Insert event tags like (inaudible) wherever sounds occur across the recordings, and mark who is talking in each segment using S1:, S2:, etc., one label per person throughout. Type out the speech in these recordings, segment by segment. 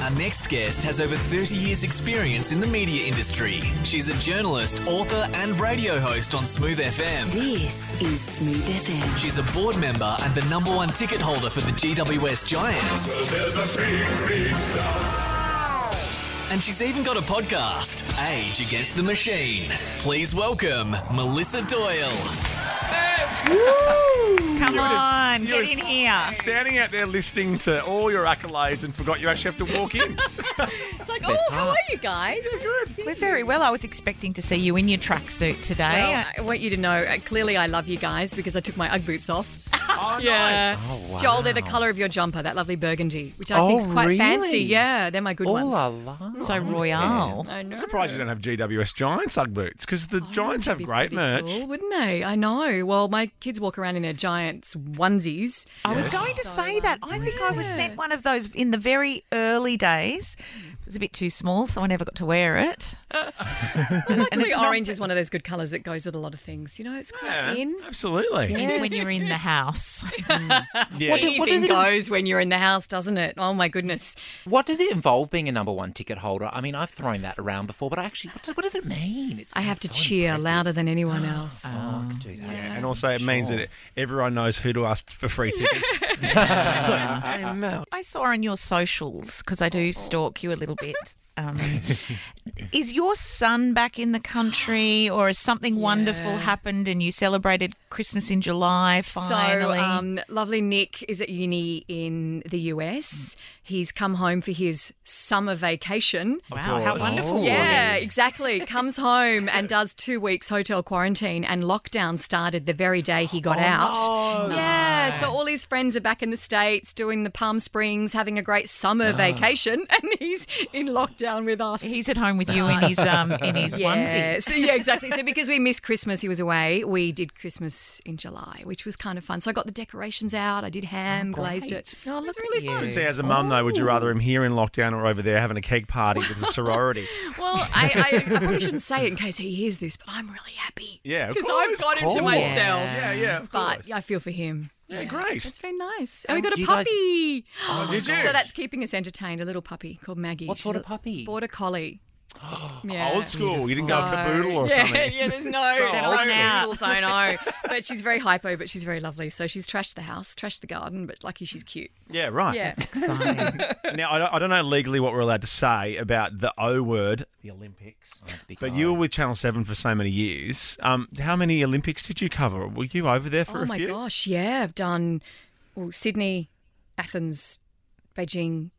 S1: Our next guest has over 30 years' experience in the media industry. She's a journalist, author, and radio host on Smooth FM.
S2: This is Smooth FM.
S1: She's a board member and the number one ticket holder for the GWS Giants.
S3: There's a big, big sound.
S1: And she's even got a podcast, Age Against the Machine. Please welcome Melissa Doyle.
S4: Come
S5: were just-
S4: on,
S5: you
S4: get
S5: were
S4: in
S5: s-
S4: here.
S5: Standing out there listening to all your accolades and forgot you actually have to walk
S6: (laughs)
S5: in.
S6: It's like, oh, how are you guys? Nice to see
S4: We're
S6: you.
S4: very well. I was expecting to see you in your tracksuit today.
S6: Well, I want you to know, uh, clearly I love you guys because I took my Ugg boots off.
S5: (laughs)
S6: (laughs)
S5: Oh,
S6: Yeah. Joel, they're the colour of your jumper, that lovely burgundy, which I think's quite fancy. Yeah, they're my good ones.
S4: so royal.
S6: I know.
S5: I'm surprised you don't have GWS Giants Ugg boots because the Giants have
S6: That'd Oh, be
S5: great
S6: pretty
S5: merch.
S6: cool, wouldn't they? I know. Well, my kids walk around in their Giants onesies.
S4: I was going to say that. I think I was sent one of those in the very early days. It was a bit too small, so I never got to wear it. and
S6: Luckily,
S4: it's not-
S6: orange is one of those good colours that goes with a lot of things. You know, it's quite
S5: Yeah,
S6: in.
S5: absolutely.
S4: And when you're in the (laughs) house.
S5: Yeah.
S6: Anything goes when you're in the house, doesn't it? Oh my goodness!
S7: What does it involve being a number one ticket holder? I mean, I've thrown that around before, but actually, what, do- what does it mean? It
S6: I have to
S7: sounds so
S6: cheer
S7: impressive.
S6: louder than anyone else.
S7: Oh, I could do that.
S5: And also, it means that everyone knows who to ask for free tickets. So, I'm out.
S4: I saw on your socials, because I do stalk you a little (laughs) bit. Um, is your son back in the country, or has something wonderful happened and you celebrated Christmas in July finally?
S6: So, um, lovely Nick is at uni in the US. He's come home for his summer vacation.
S4: wow, how
S5: course.
S4: wonderful.
S6: Yeah, exactly. Comes home and does two weeks hotel quarantine, and lockdown started the very day he
S4: Oh,
S6: got out. Yeah, so all his friends are back in the States doing the Palm Springs, having a great summer vacation, (laughs) and he's in lockdown with us.
S4: Ah. He's at home with you in his um in
S6: (laughs)
S4: his
S6: yeah,
S4: onesie.
S6: so, yeah, exactly. So because we missed Christmas, he was away. We did Christmas in July, which was kind of fun. So I got the decorations out. I did ham, glazed it.
S4: Oh,
S6: It was
S4: look at
S6: really
S4: you.
S5: See, as a mum, though, would you rather him here in lockdown or over there having a keg party with the
S6: (laughs)
S5: sorority?
S6: Well, I, I, I probably shouldn't say it in case he hears this, but I'm really happy.
S5: Yeah, of
S6: because I've
S5: course.
S6: got him to
S7: Cool.
S6: myself.
S5: Yeah, yeah, of course.
S6: But I feel for him.
S5: Yeah, great.
S6: That's very nice. And we
S7: And
S6: got
S7: Um,
S6: a
S7: do you guys-
S6: puppy.
S5: Oh, did you?
S6: So that's keeping us entertained. A little puppy called Maggie.
S7: What
S6: She's
S7: sort of
S6: a
S7: puppy?
S5: (gasps)
S6: Border collie.
S5: old school. You didn't go
S6: So-
S5: caboodle or
S6: (laughs) yeah,
S5: something.
S6: Yeah, there's no
S5: (laughs) They're
S6: no
S5: old
S6: noodles, I know. But she's very hypo, but she's very lovely. So she's trashed the house, trashed the garden, but lucky she's cute.
S5: Yeah, right. (laughs)
S6: Yeah.
S5: Now, I don't, I don't know legally what we're allowed to say about the O word, the Olympics.
S7: Big
S5: But
S7: eye.
S5: you were with Channel 7 for so many years. Um, how many Olympics did you cover? Were you over there for
S6: oh
S5: a
S6: my
S5: few?
S6: gosh, yeah. I've done well, Sydney, Athens, Beijing.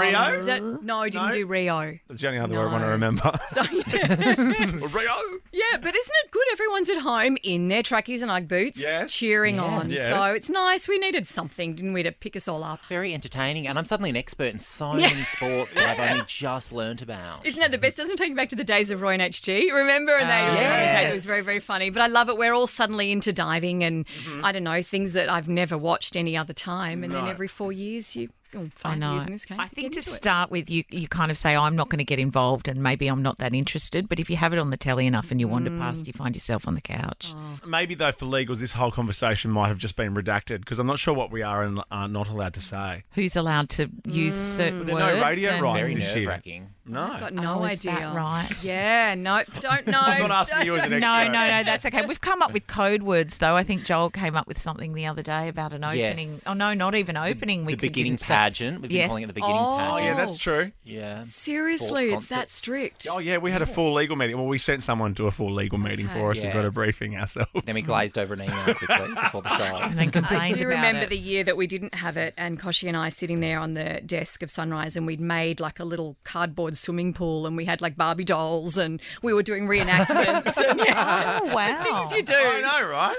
S5: Rio?
S6: Is that, no, I didn't
S5: Oh. No?
S6: do Rio.
S5: That's the only other one I want to
S6: No. (laughs)
S5: remember.
S6: So yeah.
S5: (laughs) Rio?
S6: Yeah, but isn't it good? Everyone's at home in their trackies and Ugg boots
S5: Yes.
S6: cheering on.
S5: Yes.
S6: So it's nice. We needed something, didn't we, to pick us all up?
S7: Very entertaining, and I'm suddenly an expert in so
S6: Yeah.
S7: many sports that I've only just learnt about.
S6: Isn't that the best? Doesn't it take you back to the days of Roy and HG, remember? And they
S7: Ah,
S6: used to commentate. It was very, very funny. But I love it. We're all suddenly into diving and
S5: Mm-hmm.
S6: I don't know things that I've never watched any other time. And then every four years, you oh,
S4: I
S6: five
S4: know.
S6: years in this case.
S4: I
S6: you
S4: think
S6: get
S4: to
S6: into it.
S4: start with, you you kind of say, "I'm not going to get involved," and maybe I'm not that interested. But if you have it on the telly enough and you wander
S6: Mm.
S4: past, you find yourself on the couch.
S6: Oh.
S5: Maybe, though, for legals, this whole conversation might have just been redacted because I'm not sure what we are and are not allowed to say.
S4: Who's allowed to use
S6: Mm.
S4: certain
S5: There are no
S4: words?
S5: radio
S4: and-
S5: rights.
S7: Very
S5: This year.
S7: nerve wracking.
S5: No.
S6: I've got no
S4: Oh,
S6: idea.
S4: is that right?
S6: Yeah, no, don't
S5: (laughs)
S6: know.
S5: I'm not asking you as
S6: (laughs)
S5: an expert.
S4: No, no, no, that's okay. We've come up with code words, though. I think Joel came up with something the other day about an opening.
S7: Yes.
S4: Oh, no, not even opening. We
S7: The
S4: could
S7: beginning
S4: do that.
S7: pageant. We've been
S4: Yes.
S7: calling it the beginning
S6: Oh.
S5: Oh,
S7: pageant.
S5: yeah, that's true.
S7: Yeah.
S6: Seriously,
S7: Sports
S6: it's that
S7: concerts.
S6: strict.
S5: Oh, yeah, we had a full legal meeting. Well, we sent someone to a full legal meeting for us and
S7: Yeah.
S5: got a briefing ourselves.
S7: Then we glazed over
S6: (laughs)
S7: an email quickly before the
S4: And
S7: show.
S4: then complained
S6: I (laughs) do
S4: about
S6: remember
S4: it.
S6: the year that we didn't have it, and Koshi and I sitting there on the desk of Sunrise, and we'd made like a little cardboard swimming pool, and we had like Barbie dolls, and we were doing reenactments. and, yeah,
S4: (laughs) Oh, wow.
S6: (laughs) things you
S5: I
S6: do.
S5: know, right?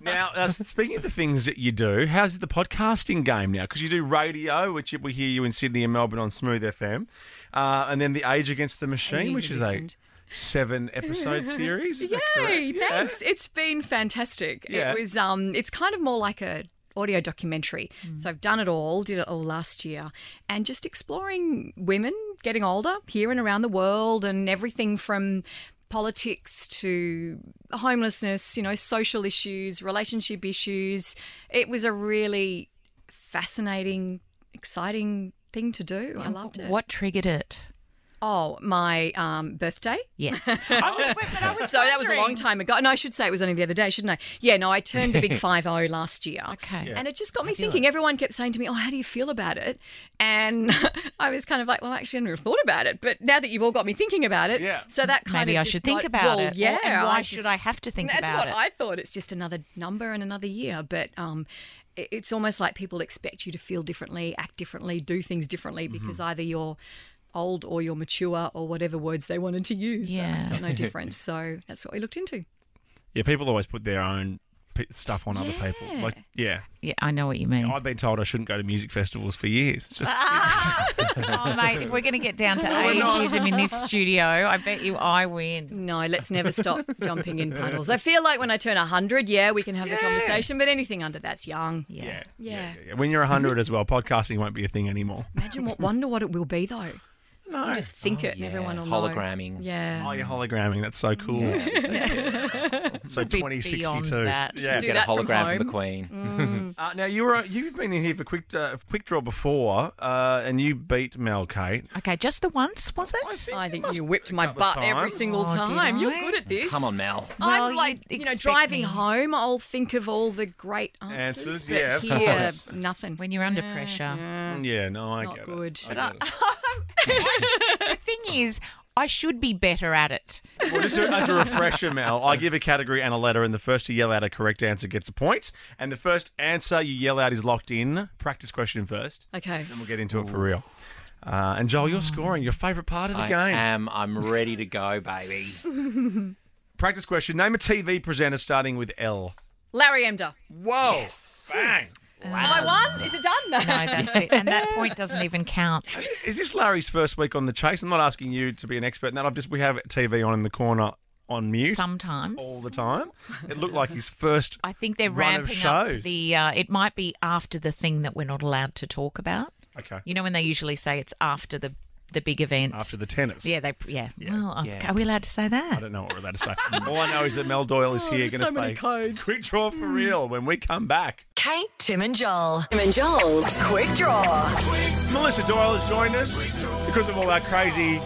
S5: now, uh, speaking of the things that you do, how's the podcasting game now? Because you do radio, which we hear you in Sydney and Melbourne on Smooth FM, uh, and then the Age Against the Machine,
S6: you
S5: which is
S6: listened.
S5: a seven episode series. Is that
S6: Yay!
S5: correct? Yeah.
S6: Thanks. It's been fantastic.
S5: Yeah.
S6: It was. Um. It's kind of more like a audio documentary.
S5: Mm.
S6: So I've done it all. Did it all last year, and just exploring women getting older here and around the world, and everything from politics to homelessness. You know, social issues, relationship issues. It was a really fascinating, exciting thing to do. I loved it.
S4: What triggered it?
S6: Oh, my um, birthday.
S4: Yes. I
S5: (laughs)
S4: was, but I was
S6: So that was a long
S4: wondering-
S6: time ago. No, I should say it was only the other day, shouldn't I? Yeah, no, I
S4: (laughs)
S6: turned the big 5 0 last year.
S4: Okay. Yeah.
S6: And it just got me thinking. Everyone kept saying to me, Oh, how do you feel about it? And (laughs) I was kind of like, Well, actually, I never thought about it. But now that you've all got me thinking about it,
S5: Yeah.
S6: so that kind
S4: Maybe
S6: of
S4: I
S6: just
S4: should think
S6: got-
S4: about
S6: well,
S4: it.
S6: Yeah.
S4: Or- and why
S6: just-
S4: should I have to think
S6: That's
S4: about
S6: what
S4: it?
S6: I thought. It's just another number and another year. But, um, it- it's almost like people expect you to feel differently, act differently, do things differently because either you're old or you're mature or whatever words they wanted to use. but I
S4: Yeah.
S6: felt no difference. So that's what we looked into.
S5: Yeah, people always put their own p- stuff on other people. Like, yeah,
S4: Yeah, I know what you mean.
S5: I've been told I shouldn't go to music festivals for years. It's just
S4: (laughs) oh, mate, if (laughs) we're going to get down to
S5: not.
S4: ageism in (laughs) this studio, I bet you I win.
S6: No, let's never stop jumping in puddles. I feel like when I turn 100, yeah, we can have the conversation, but anything under that's young.
S4: Yeah.
S5: yeah.
S6: Yeah.
S5: yeah. When you're 100 as well, podcasting won't be a thing anymore.
S6: Imagine what wonder what it will be though.
S5: No.
S6: Just think it, and
S7: yeah.
S6: everyone will
S7: Hologramming.
S6: Know. Yeah.
S5: Oh, you're hologramming. That's so cool.
S6: (laughs)
S5: so
S4: Be
S5: 2062.
S4: beyond that.
S5: Yeah.
S6: Do
S7: Get a
S6: that from home.
S7: hologram
S6: Mm.
S7: from the Queen.
S5: Uh, now you were you've been in here for quick uh, quick draw before, uh, and you beat Mel Kate.
S4: Okay, just the once, was it?
S6: I think
S5: must
S6: you whipped my
S5: couple of
S6: butt every
S5: times.
S6: single
S4: Oh, did
S6: time. You're
S4: I?
S6: good at this.
S7: Come on, Mel.
S4: Well,
S6: I'm like,
S4: you'd
S6: you know,
S4: expect
S6: driving
S4: me.
S6: home, I'll think of all the great answers,
S5: Answers,
S6: but
S5: yeah, of
S6: here,
S5: course.
S6: nothing.
S4: When you're under pressure.
S5: Mm, Yeah, no, I
S6: Not
S5: get
S6: good.
S5: it.
S6: But
S5: I get it.
S4: Thing is, I should be better at it.
S6: (laughs)
S5: Well, just as a refresher, Mel, I give a category and a letter, and the first to yell out a correct answer gets a point, and the first answer you yell out is locked in. Practice question first,
S6: Okay.
S5: then we'll get into it for real. Uh, and Joel, you're scoring your favourite part of the
S7: I
S5: game.
S7: am. I'm ready to go, baby.
S5: Practice question: Name a TV presenter starting with L.
S6: Larry Emder.
S5: Whoa! Bang!
S6: Have I won? Is it done? (laughs)
S4: No, that's it. And that point doesn't even count.
S5: Is this Larry's first week on the chase? I'm not asking you to be an expert in that. I've just we have TV on in the corner on mute
S4: Sometimes.
S5: all the time. It looked like his first.
S4: I think they're
S5: run of
S4: ramping up
S5: shows.
S4: the. Uh, it might be after the thing that we're not allowed to talk about.
S5: Okay,
S4: You know when they usually say it's after the the big event.
S5: after the tennis.
S4: yeah, they yeah. Well, okay.
S7: Yeah.
S4: are we allowed to say
S5: I
S4: that?
S5: don't know what we're allowed to say. All I know is that Mel Doyle is here, going to
S6: Oh, so many
S5: play
S6: codes.
S5: quick draw for real when we come back.
S2: Kate, Tim, and Joel. Tim and Joel's Quick Draw.
S5: Melissa Doyle has joined us because of all our crazy.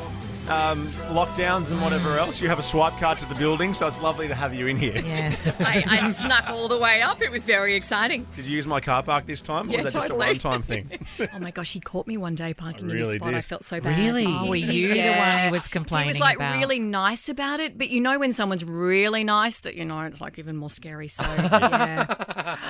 S5: Um, lockdowns and whatever else. You have a swipe card to the building, so it's lovely to have you in here.
S4: (laughs) Yes.
S6: I, I snuck all the way up. It was very exciting.
S5: Did you use my car park this time, or
S6: Yeah,
S5: was that
S6: totally.
S5: just a one-time
S6: (laughs)
S5: thing?
S6: Oh my gosh, he caught me one day parking in his
S5: really
S6: spot.
S5: did.
S6: I felt so bad.
S7: Really?
S4: oh, were you the one who was complaining
S6: He was like
S4: about?
S6: really nice about it, but you know when someone's really nice that you know it's like even more scary. (laughs) So yeah,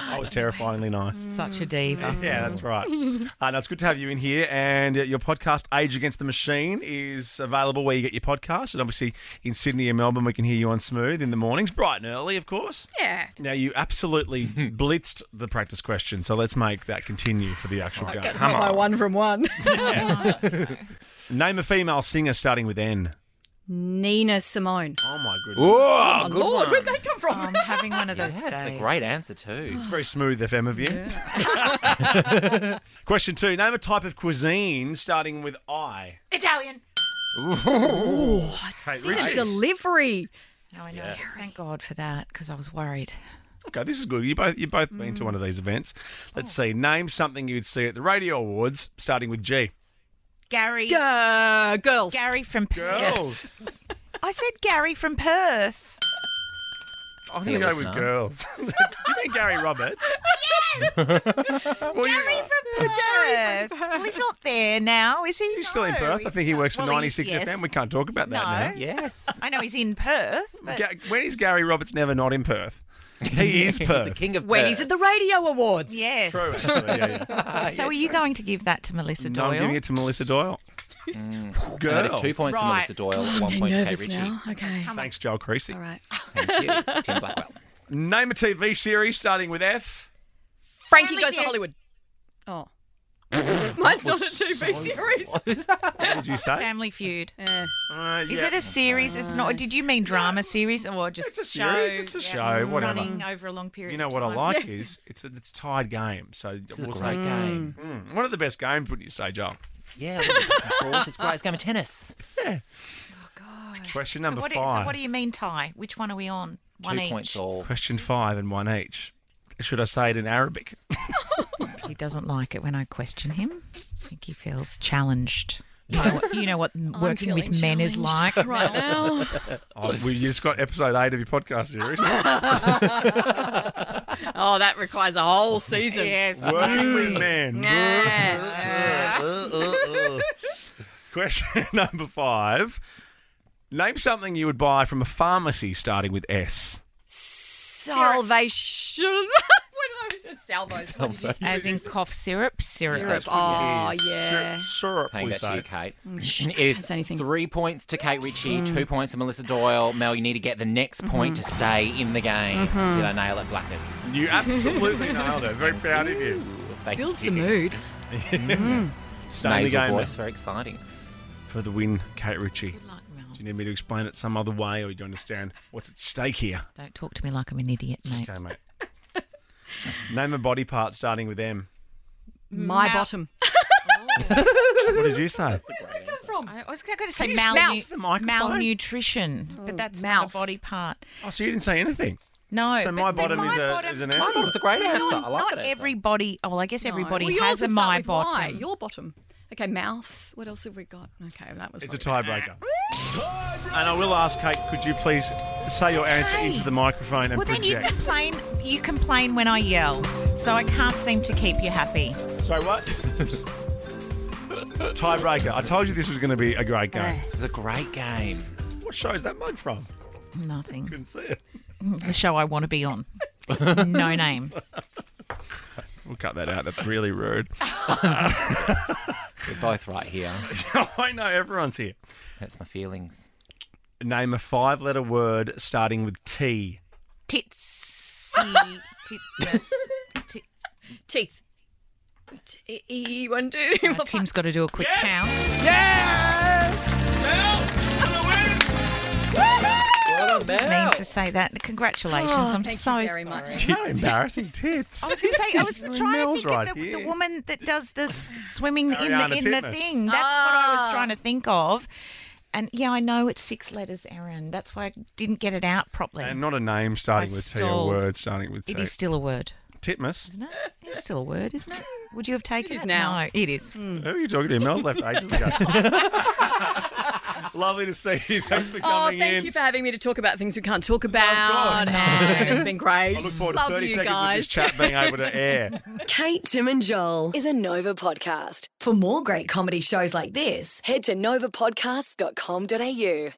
S5: I was terrifyingly nice.
S4: such a diva.
S5: (laughs) Yeah, that's right. (laughs) Uh, no, it's good to have you in here. And uh, your podcast, Age Against the Machine, is available where you get your podcast. And obviously in Sydney and Melbourne, we can hear you on Smooth in the mornings, bright and early, of course.
S6: yeah.
S5: Now, you (laughs) absolutely blitzed the practice question. So let's make that continue for the actual game.
S6: That's not my one from one.
S5: Name a female singer starting with N.
S6: Nina Simone.
S5: Oh, my goodness.
S6: Oh, Lord, where'd that come from?
S4: Oh, I'm having one of those
S7: That's
S4: days.
S7: a great
S5: (gasps)
S7: answer too.
S5: It's very smooth FM of you. (laughs) question two Name a type of cuisine starting with I.
S4: Italian.
S5: Okay,
S6: Such
S5: Richie.
S6: delivery.
S4: No, I know. Thank God for that because I was worried.
S5: Okay, this is good. You both you both been
S4: Mm.
S5: to one of these events. Let's
S4: Oh.
S5: see. Name something you'd see at the Radio Awards, starting with G.
S4: Gary.
S6: Uh, girls.
S4: Gary from Perth.
S5: Girls.
S4: (laughs) I said Gary from Perth.
S5: I'm
S7: See
S5: gonna
S7: a
S5: go with
S7: listener.
S5: girls. (laughs) Do you mean Gary Roberts? (laughs) Yes. Gary
S4: From Perth. well, he's not there now, is he?
S5: He's still in
S4: No,
S5: Perth. I
S4: he's
S5: think he
S4: not.
S5: works for
S4: Well, he-
S5: 96
S4: yes.
S5: FM. We can't talk about Oh that
S4: No.
S7: Yes.
S4: I know he's in Perth,
S5: now.
S4: but
S5: Ga- when is Gary Roberts never not in Perth?
S4: (laughs)
S5: He is Perth.
S7: The king of
S6: When
S7: Perth.
S6: he's at the radio awards.
S4: yes.
S5: True, actually.
S4: (laughs)
S5: Yeah, yeah.
S4: So are you going to give that to Melissa
S5: No,
S4: Doyle? Mm.
S5: I'm giving it to Melissa Doyle. Girls.
S7: And that is two points to
S4: Right.
S7: Melissa Doyle, one point to Kate
S6: Nervous
S7: Ritchie.
S6: now. Okay.
S5: Thanks, Joel Creasy.
S6: All right.
S7: Thank you, Tim Blackwell.
S5: Name a TV series starting with F.
S6: Frankie goes to Hollywood. Oh. Mine's not a TV series.
S5: What did you say?
S4: Family Feud.
S6: Eh.
S5: Uh,
S4: Is
S5: yeah.
S4: it a series? It's not. Did you mean drama series or just
S5: It's a
S4: show? Mm.
S5: series. It's a show. Whatever.
S4: Running over a long period.
S5: You know
S4: of
S5: what I
S4: time?
S5: like is it's a, it's a tied game. So
S7: This is a
S5: we'll
S7: great
S5: take-
S7: game.
S5: Mm, one of the best games, would you say, Joel?
S7: Yeah, we'll be back and forth. it's great. It's a game of tennis.
S5: Question
S4: So
S5: number
S4: what,
S5: five.
S4: so what do you mean tie? Which one are we on? One
S7: two
S5: (laughs)
S4: each.
S7: points all. (laughs)
S5: Question five and one each. Should I say it in Arabic?
S4: He doesn't like it when I question him. I think he feels challenged. You know what, you know (laughs) what
S6: I'm
S4: working with
S6: feeling
S4: men is like. (laughs)
S6: challenged right now.
S5: Oh, we just got episode eight of your podcast
S4: (laughs)
S5: series.
S6: (laughs) Oh, that requires a whole season.
S5: Working with men.
S6: Yeah.
S5: Question (laughs) number five. Name something you would buy from a pharmacy starting with S.
S6: Salvation. (laughs) what did I say? Salvos. What did you say?
S4: As in cough syrup, syrup.
S6: Syrup. Oh, yeah.
S5: Syrup,
S7: Paying
S5: we
S7: that to you,
S5: say.
S7: Kate. It is
S6: (laughs) Can't say anything.
S7: three points to Kate Ritchie, two points to Melissa Doyle. Mel, you need to get the next point to stay in the game. Did I nail it, Blackers?
S5: You absolutely (laughs) nailed it. Very proud of you.
S7: Thank
S6: Builds
S7: you.
S6: the mood.
S5: Stay in the
S7: Nasal
S5: game
S7: voice, very exciting.
S5: for the win, Kate Ritchie.
S4: Like,
S5: Do
S4: well,
S5: you need me to explain it some other way, or do you understand what's at stake here?
S4: don't talk to me like I'm an idiot, mate.
S5: Okay, mate. Name a body part starting with M.
S6: My
S4: Mouth.
S6: bottom.
S5: What did you say?
S4: I was going to say
S5: you just
S4: malnu-
S5: mouth the microphone?
S4: malnutrition, but that's not
S6: mouth.
S4: a body part.
S5: Oh, so you didn't say anything.
S4: No.
S5: So
S4: but
S5: my bottom
S4: my
S5: is a-
S4: bottom-
S5: is an
S7: I thought it was a great answer. I like
S4: Not
S7: that answer.
S4: everybody. Oh, well, I guess everybody
S6: Well, yours
S4: has a
S6: would start
S4: my
S6: with Y.
S4: bottom.
S6: Your bottom. Okay, mouth. What else have we got? Okay, that was.
S5: It's a
S6: probably-
S5: tiebreaker. And I will ask Kate, could you please say your answer
S4: Okay.
S5: into the microphone and
S4: Well, then you
S5: project?
S4: complain. You complain when I yell, so I can't seem to keep you happy.
S5: Sorry, what? tiebreaker. I told you this was going to be a great game.
S7: This is a great game.
S5: What show is that mug from?
S4: Nothing.
S5: Couldn't see it.
S4: The show I want to be (laughs) on. No name.
S5: We'll cut that out. That's really rude.
S7: We're both right here.
S5: (laughs) I know everyone's here.
S7: That's my feelings.
S5: Name a five-letter word starting with T.
S4: Titsy. Titness. Tit-
S6: Teeth. T- E- one, two, three,
S4: Now,
S6: four, five.
S4: Tim's got to do a quick count.
S7: Well done,
S4: Means to say that. Congratulations.
S6: Oh,
S4: I'm
S6: thank
S4: so
S6: you very
S4: sorry.
S6: much.
S5: How embarrassing tits.
S6: (laughs)
S4: I
S6: Oh.
S4: was going to say, I was
S5: We're in
S4: trying to
S5: Mel's
S4: think
S5: right
S4: of the, the
S5: here.
S4: woman that does the s- swimming in the
S5: Ariana
S4: in the
S5: Titmuss.
S4: thing. That's what I was
S6: Ah.
S4: trying to think of. And yeah, I know it's six letters, Erin. That's why I didn't get it out properly.
S5: And not a name starting
S4: I
S5: with T or
S4: stalled.
S5: word starting with T.
S4: it is still a word,
S5: Titmus.
S4: isn't it? It's still a word, isn't it? Would you have taken it?
S6: is now.
S4: No, it is.
S6: Hmm.
S5: Who are you talking to? Mel's left ages
S6: (laughs)
S5: ago. Lovely to see you. Thanks for
S6: Oh,
S5: coming
S6: thank
S5: in.
S6: you for having me to talk about things we can't
S5: (laughs)
S6: talk about.
S5: course.
S6: and it's been great.
S5: I look forward to
S6: Love
S5: 30
S6: you
S5: seconds
S6: guys.
S5: of this chat being able to air.
S2: Kate, Tim, and Joel is a Nova podcast. For more great comedy shows like this, head to novapodcast.com.au.